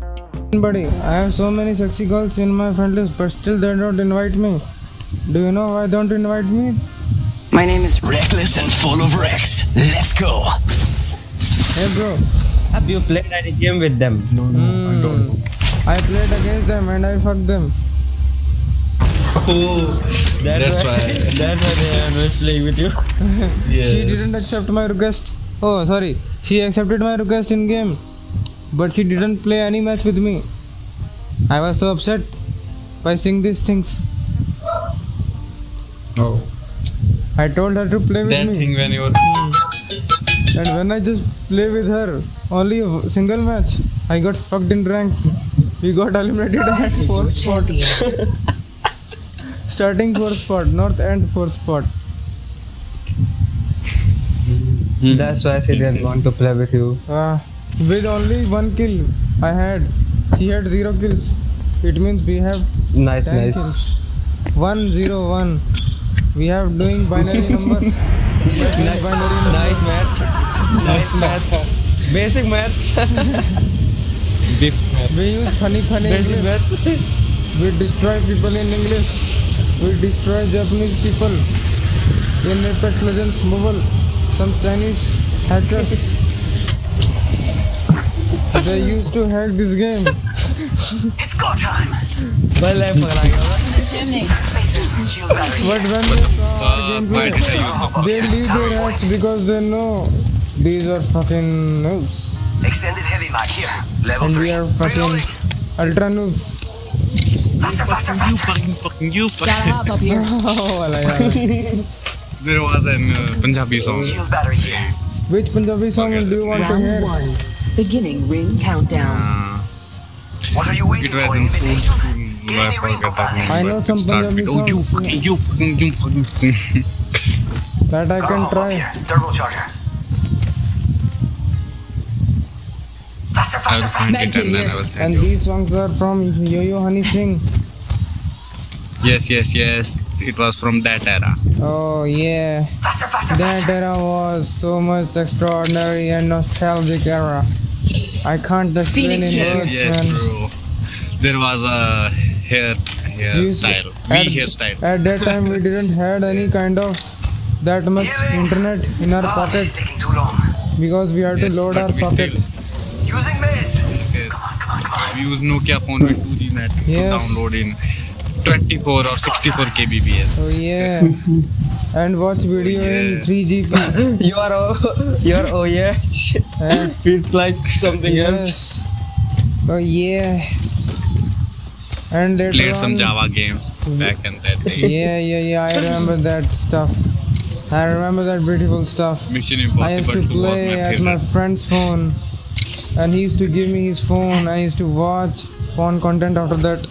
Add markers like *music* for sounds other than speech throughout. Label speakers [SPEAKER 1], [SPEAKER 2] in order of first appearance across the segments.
[SPEAKER 1] buddy, I have so many sexy girls in my friend list, but still they don't invite me. Do you know why they don't invite me?
[SPEAKER 2] My name is
[SPEAKER 3] Reckless and full of wrecks. Let's go.
[SPEAKER 1] Hey bro,
[SPEAKER 4] Have you played any game with them?
[SPEAKER 5] No, no, I don't know.
[SPEAKER 1] I played against them and I fucked them.
[SPEAKER 4] That's, why. *laughs* that's why they are not playing with you.
[SPEAKER 1] She didn't accept my request. Oh, sorry. She accepted my request in game, but she didn't play any match with me. I was so upset by seeing these things.
[SPEAKER 5] Oh.
[SPEAKER 1] I told her to play with
[SPEAKER 6] That
[SPEAKER 1] me,
[SPEAKER 6] thing when you were
[SPEAKER 4] Hmm.
[SPEAKER 1] and when I just play with her, only a w- single match, I got fucked in rank. We got eliminated at fourth spot. *laughs* Starting fourth spot, north and fourth spot.
[SPEAKER 4] That's why she didn't want to play with you.
[SPEAKER 1] Uh, with only one kill I had. She had zero kills. It means we have
[SPEAKER 4] Nice,
[SPEAKER 1] 10
[SPEAKER 4] nice.
[SPEAKER 1] kills. 101. We have doing binary numbers.
[SPEAKER 4] Nice, nice maths. Nice maths. Basic maths.
[SPEAKER 6] *laughs* beef
[SPEAKER 1] We use funny, funny
[SPEAKER 4] Basic
[SPEAKER 1] English.
[SPEAKER 4] maths.
[SPEAKER 1] We destroy people in English. We destroy Japanese people. In Apex Legends mobile, some Chinese hackers. they used to hack this game.
[SPEAKER 3] It's go time.
[SPEAKER 4] My life for
[SPEAKER 1] But when they saw our gameplay, they leave their hats because they know these are fucking noobs.
[SPEAKER 3] Extended heavy mag here. Level
[SPEAKER 1] And we
[SPEAKER 3] three.
[SPEAKER 1] are fucking
[SPEAKER 3] Reloading.
[SPEAKER 1] ultra noobs.
[SPEAKER 3] Faster, faster,
[SPEAKER 6] You
[SPEAKER 3] faster.
[SPEAKER 6] fucking fucking you fucking.
[SPEAKER 7] Shut up up here.
[SPEAKER 1] Oh, wala yaar.
[SPEAKER 6] *laughs* There was an uh, Punjabi song.
[SPEAKER 3] Shield battery here.
[SPEAKER 1] Which Punjabi song do you want to
[SPEAKER 7] Round
[SPEAKER 1] hear?
[SPEAKER 7] one. Beginning ring countdown.
[SPEAKER 6] Uh,
[SPEAKER 3] What are you waiting
[SPEAKER 6] it was
[SPEAKER 3] for?
[SPEAKER 6] in full
[SPEAKER 3] Invitation.
[SPEAKER 6] school. I forget that one.
[SPEAKER 1] I know
[SPEAKER 6] but it
[SPEAKER 1] some
[SPEAKER 6] start
[SPEAKER 1] Punjabi
[SPEAKER 6] with, Oh, you
[SPEAKER 1] songs.
[SPEAKER 6] fucking, you fucking, you fucking.
[SPEAKER 1] That I can
[SPEAKER 3] Go up
[SPEAKER 1] try.
[SPEAKER 3] here. Turbocharger. Faster,
[SPEAKER 6] I'll
[SPEAKER 3] faster, faster.
[SPEAKER 6] find it and then I will send
[SPEAKER 1] And
[SPEAKER 6] you.
[SPEAKER 1] these songs are from Yo Yo Honey Singh.
[SPEAKER 6] Yes, yes, yes. It was from that era.
[SPEAKER 1] Oh yeah,
[SPEAKER 3] Faster, faster,
[SPEAKER 1] that
[SPEAKER 3] faster.
[SPEAKER 1] era was so much extraordinary and nostalgic era. I can't explain
[SPEAKER 7] Phoenix
[SPEAKER 1] in
[SPEAKER 7] Hill.
[SPEAKER 6] Yes,
[SPEAKER 1] words,
[SPEAKER 6] yes,
[SPEAKER 1] man.
[SPEAKER 6] bro. There was a hair hairstyle.
[SPEAKER 1] At-
[SPEAKER 6] We hairstyle.
[SPEAKER 1] At that time, we didn't had any kind of that much internet in our
[SPEAKER 3] Oh, this is
[SPEAKER 1] pockets
[SPEAKER 3] taking too long.
[SPEAKER 1] because we had to
[SPEAKER 6] Yes,
[SPEAKER 1] load
[SPEAKER 6] but
[SPEAKER 1] our
[SPEAKER 6] we
[SPEAKER 1] socket.
[SPEAKER 6] still-
[SPEAKER 3] Using meds.
[SPEAKER 6] yes.
[SPEAKER 3] Come on, come on, come on.
[SPEAKER 6] We use Nokia phone with 2G net
[SPEAKER 1] Yes.
[SPEAKER 6] to download in 24 or 64 kbps.
[SPEAKER 1] Oh yeah, and watch video in
[SPEAKER 6] yeah.
[SPEAKER 1] 3GP.
[SPEAKER 4] You are oh, you are oh yeah. *laughs*
[SPEAKER 1] Eh?
[SPEAKER 4] Feels like something else.
[SPEAKER 1] yes. Oh yeah. And later
[SPEAKER 6] Played some
[SPEAKER 1] on-
[SPEAKER 6] Java games back in that day.
[SPEAKER 1] Yeah, yeah, yeah. I remember that stuff. I remember that beautiful stuff.
[SPEAKER 6] Mission
[SPEAKER 1] I used to
[SPEAKER 6] Impossible 2 was
[SPEAKER 1] play
[SPEAKER 6] my
[SPEAKER 1] at my
[SPEAKER 6] favorite.
[SPEAKER 1] friend's phone, and he used to give me his phone. I used to watch porn content after that.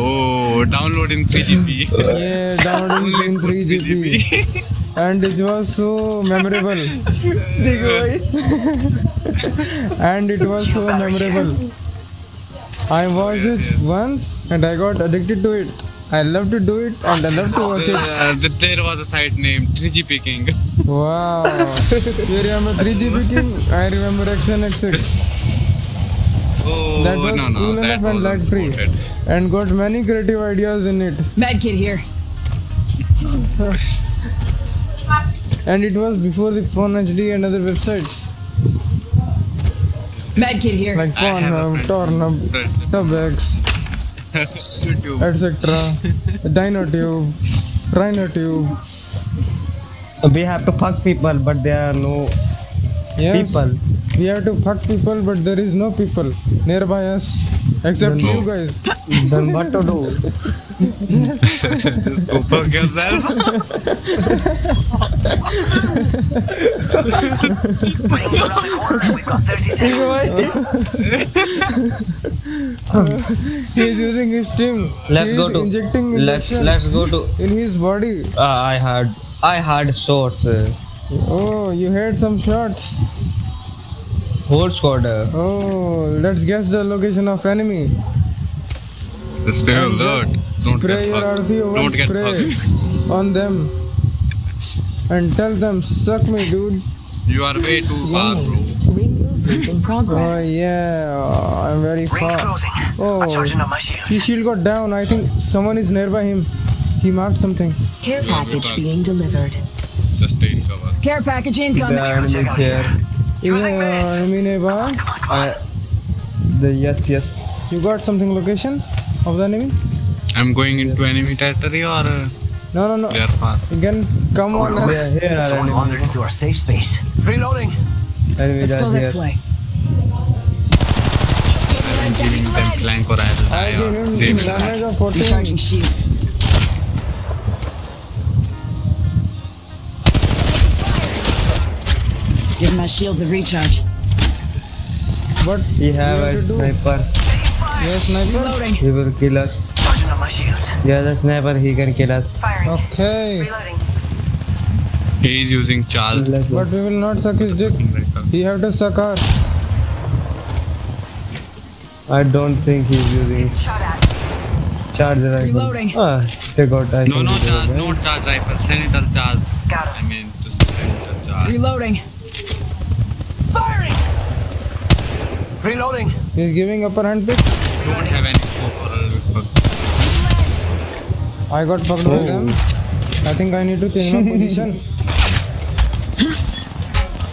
[SPEAKER 6] Oh, download in
[SPEAKER 1] *laughs*
[SPEAKER 6] 3GP.
[SPEAKER 1] Yeah, downloading in 3GP, and it was so memorable. and it was so memorable. I watched it once, and I got addicted to it. I love to do it, and I love to
[SPEAKER 6] *laughs*
[SPEAKER 1] watch it.
[SPEAKER 6] Uh, there was a site named 3GP King. *laughs*
[SPEAKER 1] Wow. you remember 3GP King? I remember XNXX
[SPEAKER 6] Oh,
[SPEAKER 1] That was
[SPEAKER 6] no, no,
[SPEAKER 1] cool
[SPEAKER 6] that
[SPEAKER 1] enough and
[SPEAKER 6] wasn't
[SPEAKER 1] lag free.
[SPEAKER 6] *laughs* supported.
[SPEAKER 1] and got many creative ideas in it.
[SPEAKER 7] Medkit here.
[SPEAKER 1] And it was before the Phone HD and other websites
[SPEAKER 7] Medkit here.
[SPEAKER 1] like
[SPEAKER 6] I have a
[SPEAKER 1] Pornhub,
[SPEAKER 6] friend.
[SPEAKER 1] Tornhub, Tubex,
[SPEAKER 6] YouTube.
[SPEAKER 1] etc. DinoTube, RhinoTube.
[SPEAKER 4] We have to fuck people, but there are no
[SPEAKER 1] Yes.
[SPEAKER 4] people.
[SPEAKER 1] We have to fuck people, but there is no people nearby us except
[SPEAKER 6] No.
[SPEAKER 1] you guys.
[SPEAKER 4] Then what to *laughs* do?
[SPEAKER 6] Go fuck
[SPEAKER 1] *laughs*
[SPEAKER 6] *laughs* yourself.
[SPEAKER 3] Waiting around the corner. We've got 30 seconds.
[SPEAKER 1] *laughs* He is using his team.
[SPEAKER 4] Let's
[SPEAKER 1] he
[SPEAKER 4] go
[SPEAKER 1] is
[SPEAKER 4] to
[SPEAKER 1] injecting
[SPEAKER 4] let's
[SPEAKER 1] injections
[SPEAKER 4] let's go to.
[SPEAKER 1] in his body.
[SPEAKER 4] Uh, I had I had shorts. Uh,
[SPEAKER 1] Oh, you heard some shots.
[SPEAKER 4] whole squad. Uh,
[SPEAKER 1] Oh, let's guess the location of enemy.
[SPEAKER 6] Stay alert. Don't
[SPEAKER 1] spray
[SPEAKER 6] get
[SPEAKER 1] your
[SPEAKER 6] fucked.
[SPEAKER 1] RC over
[SPEAKER 6] Don't get
[SPEAKER 1] spray
[SPEAKER 6] fucked.
[SPEAKER 1] on them and tell them suck me, dude.
[SPEAKER 6] You are way too far, bro.
[SPEAKER 7] Ring Recruitment in
[SPEAKER 1] Oh
[SPEAKER 7] progress.
[SPEAKER 1] yeah, I'm very
[SPEAKER 3] Ring's
[SPEAKER 1] far.
[SPEAKER 3] closing.
[SPEAKER 1] Oh.
[SPEAKER 3] I'm charging up my
[SPEAKER 1] His
[SPEAKER 3] shields.
[SPEAKER 1] shield got down. I think someone is nearby him. He marked something.
[SPEAKER 7] Care package being delivered.
[SPEAKER 6] Just take cover.
[SPEAKER 7] Care package incoming.
[SPEAKER 4] The enemy here.
[SPEAKER 3] Using
[SPEAKER 1] Yeah,
[SPEAKER 3] meds.
[SPEAKER 1] I mean, eh, bah.
[SPEAKER 3] Come on, come on.
[SPEAKER 4] Uh, the yes, yes.
[SPEAKER 1] You got something location of the enemy?
[SPEAKER 6] I'm going into enemy territory or uh,
[SPEAKER 1] No, no, no.
[SPEAKER 6] they are far.
[SPEAKER 1] You can come on
[SPEAKER 3] Oh,
[SPEAKER 1] us.
[SPEAKER 4] Yeah, here are
[SPEAKER 3] Someone wandered
[SPEAKER 4] enemies.
[SPEAKER 3] into our safe space. Reloading.
[SPEAKER 4] Enemies
[SPEAKER 7] Let's go
[SPEAKER 4] are
[SPEAKER 7] this
[SPEAKER 4] here.
[SPEAKER 7] way.
[SPEAKER 6] I'm giving them flank or I'll
[SPEAKER 1] I
[SPEAKER 6] die
[SPEAKER 1] gave
[SPEAKER 6] or
[SPEAKER 1] him
[SPEAKER 6] they will die.
[SPEAKER 1] damage of 14.
[SPEAKER 7] Recharging shields. Give my shields a recharge.
[SPEAKER 1] But
[SPEAKER 4] We have a
[SPEAKER 1] to do?
[SPEAKER 4] sniper.
[SPEAKER 1] yes, sniper.
[SPEAKER 7] Reloading.
[SPEAKER 4] He will kill us.
[SPEAKER 3] Charging up my shields.
[SPEAKER 4] Yeah, the sniper. He can kill us.
[SPEAKER 3] Firing.
[SPEAKER 1] Okay,
[SPEAKER 3] Reloading.
[SPEAKER 6] He is using charge.
[SPEAKER 4] Let's go.
[SPEAKER 1] but we will not suck his dick. He have to suck us.
[SPEAKER 4] I don't think he's using
[SPEAKER 3] Shot at.
[SPEAKER 4] charger. rifle.
[SPEAKER 7] Reloading.
[SPEAKER 4] Ah, they got. I think
[SPEAKER 6] No, no
[SPEAKER 4] they
[SPEAKER 6] charge,
[SPEAKER 4] got
[SPEAKER 6] no charge rifle. Senator charge.
[SPEAKER 3] Got
[SPEAKER 6] I
[SPEAKER 3] him.
[SPEAKER 6] mean, just senator charge.
[SPEAKER 7] Reloading.
[SPEAKER 3] Firing. Reloading.
[SPEAKER 1] He's giving upper hand pick.
[SPEAKER 6] Don't have any scope or
[SPEAKER 1] I got fucked by them. I think I need to change my position.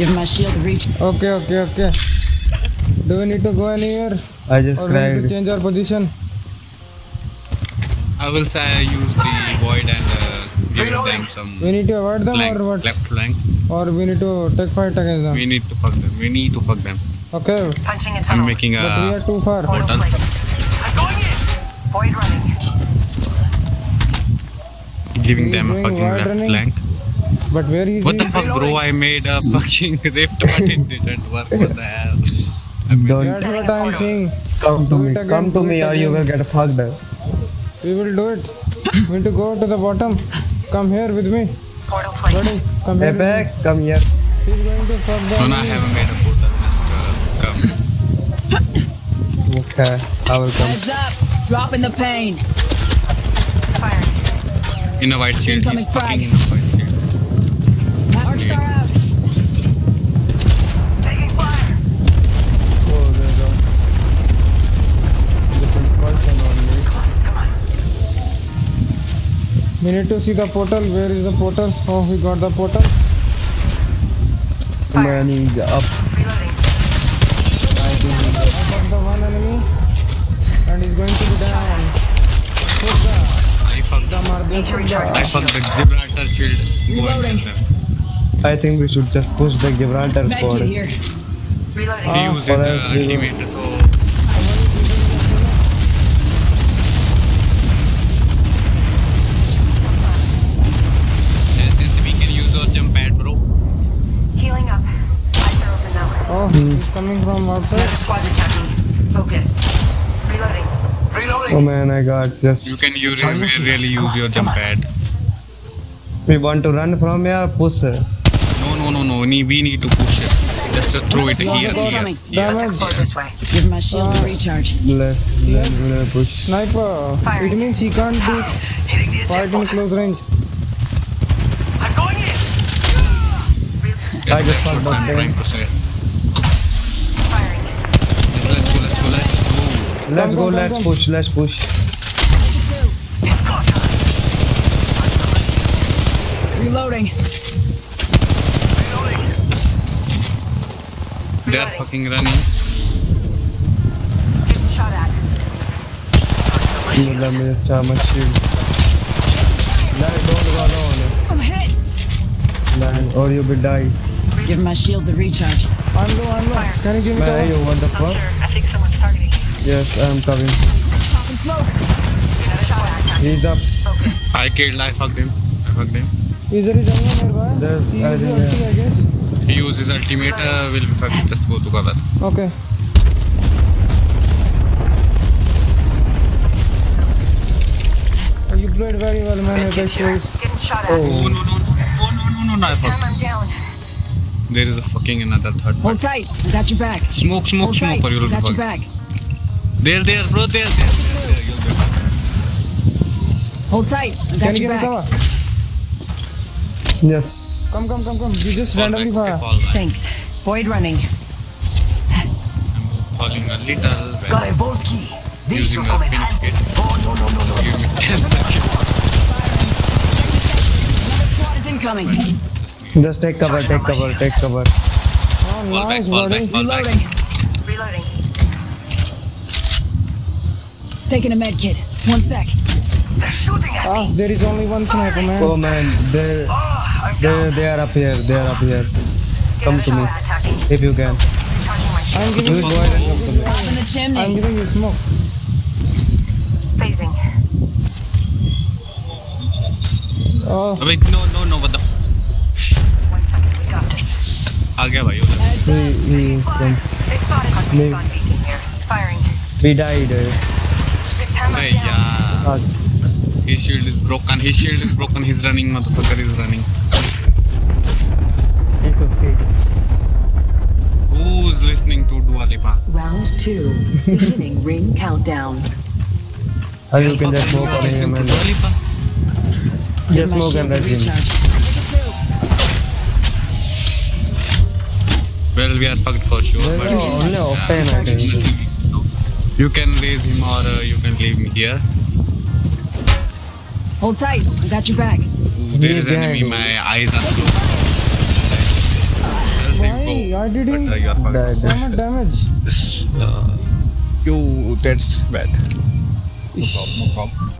[SPEAKER 7] Give my shield a reach.
[SPEAKER 1] Okay, okay, okay. Do we need to go anywhere
[SPEAKER 4] I just
[SPEAKER 1] or we need to
[SPEAKER 4] cried.
[SPEAKER 1] change our position?
[SPEAKER 6] I will say I use the void and uh, give them some
[SPEAKER 1] We need to avoid them
[SPEAKER 6] flank,
[SPEAKER 1] or what?
[SPEAKER 6] left flank.
[SPEAKER 1] Or we need to take fight against them?
[SPEAKER 6] We need to fuck them. We need to fuck them.
[SPEAKER 1] Okay,
[SPEAKER 3] Punching a
[SPEAKER 6] I'm
[SPEAKER 3] tunnel.
[SPEAKER 6] making
[SPEAKER 1] but we are
[SPEAKER 6] a
[SPEAKER 1] too far.
[SPEAKER 3] Portal
[SPEAKER 6] Portal.
[SPEAKER 3] plate. I'm going in. Void running.
[SPEAKER 6] giving
[SPEAKER 1] we
[SPEAKER 6] them a
[SPEAKER 1] doing
[SPEAKER 6] fucking
[SPEAKER 1] void
[SPEAKER 6] left
[SPEAKER 1] running?
[SPEAKER 6] flank.
[SPEAKER 1] But where is
[SPEAKER 6] What
[SPEAKER 1] he?
[SPEAKER 6] the fuck, bro? I made a *laughs* fucking rift, but it didn't work. What the hell? I mean,
[SPEAKER 4] Don't
[SPEAKER 1] That's what I'm saying.
[SPEAKER 4] come
[SPEAKER 1] Do
[SPEAKER 4] to
[SPEAKER 1] it
[SPEAKER 4] me.
[SPEAKER 1] again,
[SPEAKER 4] Come to
[SPEAKER 1] do
[SPEAKER 4] me,
[SPEAKER 1] it
[SPEAKER 4] or you will
[SPEAKER 1] again.
[SPEAKER 4] get fucked.
[SPEAKER 1] We will do it. We need to go to the bottom. Come here with me.
[SPEAKER 3] Portal plate.
[SPEAKER 1] Buddy, come here. with me.
[SPEAKER 4] Apex, come here.
[SPEAKER 1] He's going to fuck
[SPEAKER 6] no,
[SPEAKER 1] them.
[SPEAKER 6] no, I haven't made a portal. Just uh, come.
[SPEAKER 4] Okay, I will come.
[SPEAKER 7] Heads up. Dropping the pain.
[SPEAKER 3] Firing.
[SPEAKER 6] In a white shield.
[SPEAKER 7] Incoming
[SPEAKER 6] He's
[SPEAKER 7] frag.
[SPEAKER 6] fucking in a white shield.
[SPEAKER 7] Arc star out.
[SPEAKER 3] Taking fire.
[SPEAKER 4] Oh, there's a different person on me.
[SPEAKER 1] We need to see the portal. Where is the portal? Oh, we got the portal.
[SPEAKER 4] Man is up.
[SPEAKER 3] Reloading.
[SPEAKER 1] I got the one enemy. And he's going to be down.
[SPEAKER 6] I fucked
[SPEAKER 1] The
[SPEAKER 6] them.
[SPEAKER 1] Marble
[SPEAKER 3] Need to recharge my
[SPEAKER 6] I fucked
[SPEAKER 3] shields.
[SPEAKER 6] the Gibraltar shield. Go and
[SPEAKER 7] Reloading.
[SPEAKER 6] kill them.
[SPEAKER 4] I think we should just push the Gibraltar for
[SPEAKER 7] Medkit here.
[SPEAKER 3] Reloading.
[SPEAKER 6] He used his
[SPEAKER 4] for
[SPEAKER 6] uh,
[SPEAKER 4] us, we don't-
[SPEAKER 6] ultimate, so uh, since we can use our jump pad, bro.
[SPEAKER 3] Healing up. Eyes are open now.
[SPEAKER 1] Oh, he's coming from outside.
[SPEAKER 3] Another squad's attacking. Focus. Reloading.
[SPEAKER 4] Oh
[SPEAKER 3] Reloading.
[SPEAKER 4] man, I got
[SPEAKER 6] You
[SPEAKER 4] just.
[SPEAKER 6] can use
[SPEAKER 3] Sorry,
[SPEAKER 6] really,
[SPEAKER 3] Lucy.
[SPEAKER 6] really use your jump pad.
[SPEAKER 4] We want to run from here, push.
[SPEAKER 6] No, no, no, no. nee, We need to push it. Just uh, throw it here,
[SPEAKER 7] Longest
[SPEAKER 6] here,
[SPEAKER 7] incoming.
[SPEAKER 6] here.
[SPEAKER 3] Let's explore
[SPEAKER 1] Damage.
[SPEAKER 3] this way.
[SPEAKER 7] Give my shields a recharge.
[SPEAKER 4] Left, left, left, push.
[SPEAKER 1] Sniper. It means he can't do
[SPEAKER 3] Hitting the
[SPEAKER 1] fight
[SPEAKER 3] attack
[SPEAKER 1] in
[SPEAKER 3] button.
[SPEAKER 1] close range.
[SPEAKER 3] I'm going in. Reloading.
[SPEAKER 6] That's,
[SPEAKER 4] just
[SPEAKER 6] that's
[SPEAKER 4] thought
[SPEAKER 6] what
[SPEAKER 4] about
[SPEAKER 6] I'm
[SPEAKER 4] that.
[SPEAKER 6] trying to say.
[SPEAKER 3] Firing.
[SPEAKER 6] Yes, let's go, let's go, let's go.
[SPEAKER 4] Let's go,
[SPEAKER 1] come,
[SPEAKER 4] let's
[SPEAKER 1] come.
[SPEAKER 4] push, let's push.
[SPEAKER 3] It's got time.
[SPEAKER 7] Reloading.
[SPEAKER 3] Reloading.
[SPEAKER 6] They're
[SPEAKER 3] Reloading.
[SPEAKER 6] fucking running.
[SPEAKER 3] Getting shot at.
[SPEAKER 4] Let me just charge my shield. Land, don't run on.
[SPEAKER 7] I'm hit.
[SPEAKER 4] Land, or you will die.
[SPEAKER 7] Give my shields a recharge.
[SPEAKER 1] I'm low, I'm low. Can you give me
[SPEAKER 4] Man,
[SPEAKER 1] cover?
[SPEAKER 4] you what the
[SPEAKER 3] Up
[SPEAKER 4] fuck?
[SPEAKER 3] here. I think someone's targeting.
[SPEAKER 4] Yes, I'm coming.
[SPEAKER 7] Popping smoke.
[SPEAKER 3] Another squad attacking.
[SPEAKER 4] He's up.
[SPEAKER 3] Focus.
[SPEAKER 6] I killed, I fucked him. I fucked him.
[SPEAKER 1] Is there a jungle nearby?
[SPEAKER 4] There's-
[SPEAKER 1] He
[SPEAKER 4] I
[SPEAKER 1] is
[SPEAKER 4] think,
[SPEAKER 1] ulti, I guess.
[SPEAKER 6] He uses ultimate, uh, will be fucking just go to cover.
[SPEAKER 1] Okay. You played very well, man.
[SPEAKER 3] Med
[SPEAKER 1] Apex
[SPEAKER 3] kit here.
[SPEAKER 1] Plays.
[SPEAKER 3] Getting shot at.
[SPEAKER 6] Oh, no, no, no, oh, no, no, no, no, I
[SPEAKER 3] Time
[SPEAKER 6] fucked.
[SPEAKER 3] I'm down.
[SPEAKER 6] There is a fucking another third one.
[SPEAKER 7] Hold tight. I got your back.
[SPEAKER 6] Smoke, smoke,
[SPEAKER 7] Hold
[SPEAKER 6] smoke,
[SPEAKER 7] tight.
[SPEAKER 6] or you'll
[SPEAKER 7] I
[SPEAKER 6] be
[SPEAKER 7] got your
[SPEAKER 6] fucked.
[SPEAKER 7] back.
[SPEAKER 6] There, there, bro, there, there, there, there, you'll be fucked.
[SPEAKER 7] Hold tight. I
[SPEAKER 1] Can
[SPEAKER 7] got
[SPEAKER 1] you give
[SPEAKER 7] your
[SPEAKER 1] me
[SPEAKER 7] back.
[SPEAKER 1] cover?
[SPEAKER 4] Yes.
[SPEAKER 1] Come, come, come, come. You just
[SPEAKER 6] Fall back,
[SPEAKER 1] randomly
[SPEAKER 6] okay,
[SPEAKER 1] fire.
[SPEAKER 6] fall back.
[SPEAKER 7] Thanks. Void running.
[SPEAKER 6] falling a little
[SPEAKER 3] Got a
[SPEAKER 6] when
[SPEAKER 3] vault key. This
[SPEAKER 6] using
[SPEAKER 3] will
[SPEAKER 6] the
[SPEAKER 3] come in
[SPEAKER 6] pinch
[SPEAKER 3] handy.
[SPEAKER 6] kit.
[SPEAKER 3] Oh, no, no, no, no.
[SPEAKER 6] Give me *laughs* 10 seconds.
[SPEAKER 7] Squad is incoming.
[SPEAKER 4] Just take cover, take cover, take
[SPEAKER 1] Oh,
[SPEAKER 4] cover.
[SPEAKER 6] Fall back,
[SPEAKER 1] nice,
[SPEAKER 6] fall
[SPEAKER 1] buddy.
[SPEAKER 6] back, fall back.
[SPEAKER 8] Reloading.
[SPEAKER 7] Taking a med kit. One sec.
[SPEAKER 3] They're shooting at
[SPEAKER 1] Ah, there is only one sniper, man.
[SPEAKER 4] Oh man, they
[SPEAKER 8] Oh,
[SPEAKER 4] they they are up here, they are up here.
[SPEAKER 8] Come
[SPEAKER 4] to me.
[SPEAKER 8] Attacking.
[SPEAKER 4] If you can,
[SPEAKER 8] Charging my shield.
[SPEAKER 1] I'm giving you,
[SPEAKER 4] you go ahead and come to me.
[SPEAKER 7] Up in the chimney.
[SPEAKER 1] I'm giving you smoke.
[SPEAKER 8] Phasing.
[SPEAKER 1] Oh,
[SPEAKER 6] Oh, wait, no, no, no, what the f-
[SPEAKER 8] One second, we got this.
[SPEAKER 6] आ गया भाई उधर
[SPEAKER 4] We we
[SPEAKER 8] Fire. They spotted us.
[SPEAKER 4] Maybe.
[SPEAKER 8] Spawn beacon here. Firing.
[SPEAKER 4] we died. eh.
[SPEAKER 8] This hammer
[SPEAKER 6] अरे यार
[SPEAKER 8] down.
[SPEAKER 4] Ah,
[SPEAKER 6] his shield is broken his shield is broken he's running motherfucker is running
[SPEAKER 4] it's okay.
[SPEAKER 6] who's listening to Dua Lipa
[SPEAKER 9] Round two, beginning ring countdown.
[SPEAKER 4] Or you can just smoke
[SPEAKER 6] Motherfucker, you are
[SPEAKER 4] on him
[SPEAKER 6] listening to
[SPEAKER 4] and
[SPEAKER 6] Dua Lipa
[SPEAKER 4] just smoke and rush him.
[SPEAKER 6] well we are fucked for sure but
[SPEAKER 4] No, only open I think.
[SPEAKER 6] you can raise him or uh, you can leave him here
[SPEAKER 7] Hold tight. I got your back.
[SPEAKER 6] Ooh, there
[SPEAKER 4] Yeah,
[SPEAKER 6] is
[SPEAKER 4] yeah.
[SPEAKER 6] enemy my eyes are closed Tell him go.
[SPEAKER 1] why? I
[SPEAKER 6] But,
[SPEAKER 1] didn't.
[SPEAKER 6] uh, you are fucked.
[SPEAKER 4] Died.
[SPEAKER 1] So much damage.
[SPEAKER 6] Uh, you that's bad no problem no problem